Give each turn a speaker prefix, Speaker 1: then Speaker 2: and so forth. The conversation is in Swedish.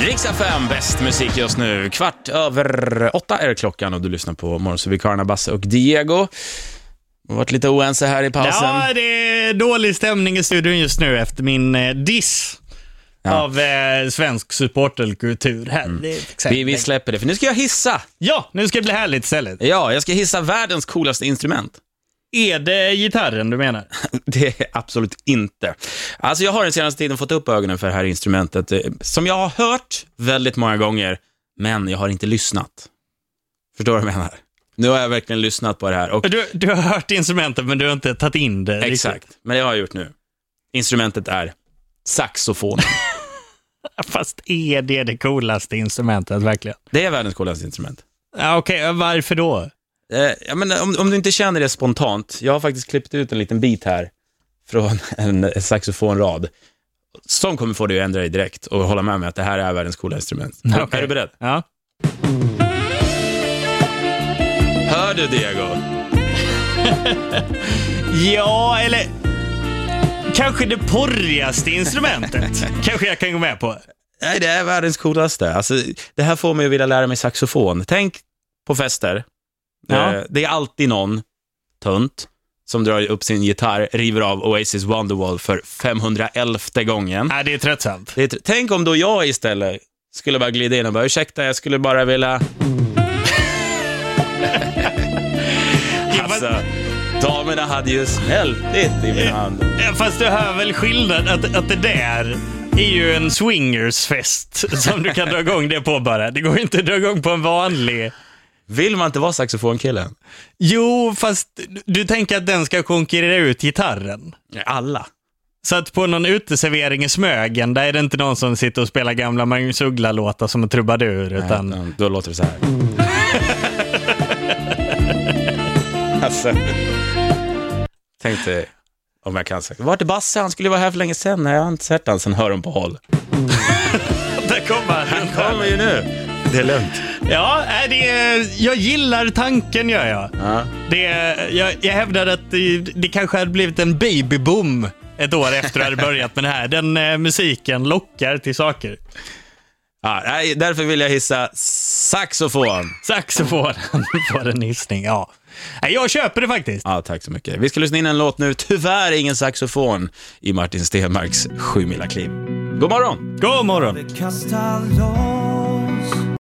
Speaker 1: Rix FM, bäst musik just nu. Kvart över åtta är klockan och du lyssnar på Morgonsovikarna, Basse och Diego. Vi har varit lite oense här i pausen.
Speaker 2: Ja, det är dålig stämning i studion just nu efter min eh, diss av eh, svensk supporterkultur. Här. Det är exakt.
Speaker 1: Mm. vi, vi släpper det, för nu ska jag hissa.
Speaker 2: Ja, nu ska det bli härligt istället.
Speaker 1: Ja, jag ska hissa världens coolaste instrument.
Speaker 2: Är det gitarren du menar?
Speaker 1: Det är absolut inte. Alltså jag har den senaste tiden fått upp ögonen för det här instrumentet, eh, som jag har hört väldigt många gånger, men jag har inte lyssnat. Förstår du vad jag menar? Nu har jag verkligen lyssnat på det här. Och,
Speaker 2: Du, du har hört instrumenten men du har inte tagit in det riktigt.
Speaker 1: exakt, men det har jag gjort nu. Instrumentet är saxofonen.
Speaker 2: Fast är det det coolaste instrumentet verkligen?
Speaker 1: Det är världens coolaste instrument.
Speaker 2: Ja, Okej, varför då?
Speaker 1: Eh, ja, men om, om du inte känner det spontant, jag har faktiskt klippt ut en liten bit här från en saxofonrad, som kommer få dig att ändra dig direkt och hålla med mig att det här är världens coola instrument. Är-
Speaker 2: Okej.
Speaker 1: Är du beredd?
Speaker 2: Ja.
Speaker 1: Hör du Diego?
Speaker 2: ja, eller kanske det porrigaste instrumentet. kanske jag kan gå med på.
Speaker 1: Nej, det är världens coolaste. Alltså, det här får mig att vilja lära mig saxofon. Tänk på fester.
Speaker 2: Ja.
Speaker 1: Eh, Det är alltid någon tunt som drar upp sin gitarr, river av Oasis Wonderwall för 511 gången.
Speaker 2: Nej, det är tröttsamt.
Speaker 1: Det är, tr- tänk om då jag istället skulle bara glida in och bara, ursäkta, jag skulle bara vilja... Alltså, damerna hade ju smältit i min hand.
Speaker 2: Ja, Eh, Fast du hör väl skillnad att, att det där är ju en swingersfest som du kan dra igång det på bara. Det går ju inte att dra igång på en vanlig.
Speaker 1: Vill man inte vara saxofonkillen?
Speaker 2: Jo, fast du- du tänker att den ska konkurrera ut gitarren.
Speaker 1: Alla.
Speaker 2: Så att på någon uteservering i Smögen, där är det inte någon som sitter och spelar gamla Magnus Uggla-låtar som en trubadur, utan...
Speaker 1: Ja, Då låter det så här. alltså. Tänk dig om jag kan säga. Vart är Basse? Han skulle ju vara här för länge sedan. Nej, jag har inte sett han sen hör hon på håll.
Speaker 2: Där kommer han.
Speaker 1: Kommer ju nu. Det är lugnt.
Speaker 2: Ja, nej, det är, jag gillar tanken gör jag.
Speaker 1: Ja.
Speaker 2: Det, är- jag, jag hävdar att det, det kanske hade blivit en babyboom ett år efter du hade börjat med det här. Den eh, musiken lockar till saker.
Speaker 1: Ja, nej, därför vill jag hissa saxofon.
Speaker 2: Saxofonen får en hissning, ja. Nej, jag köper det faktiskt.
Speaker 1: Ja, tack så mycket. Vi ska lyssna in en låt nu. Tyvärr ingen saxofon i Martin Stenmarks Sjumilakliv. God morgon!
Speaker 2: God morgon!
Speaker 3: Kasta loss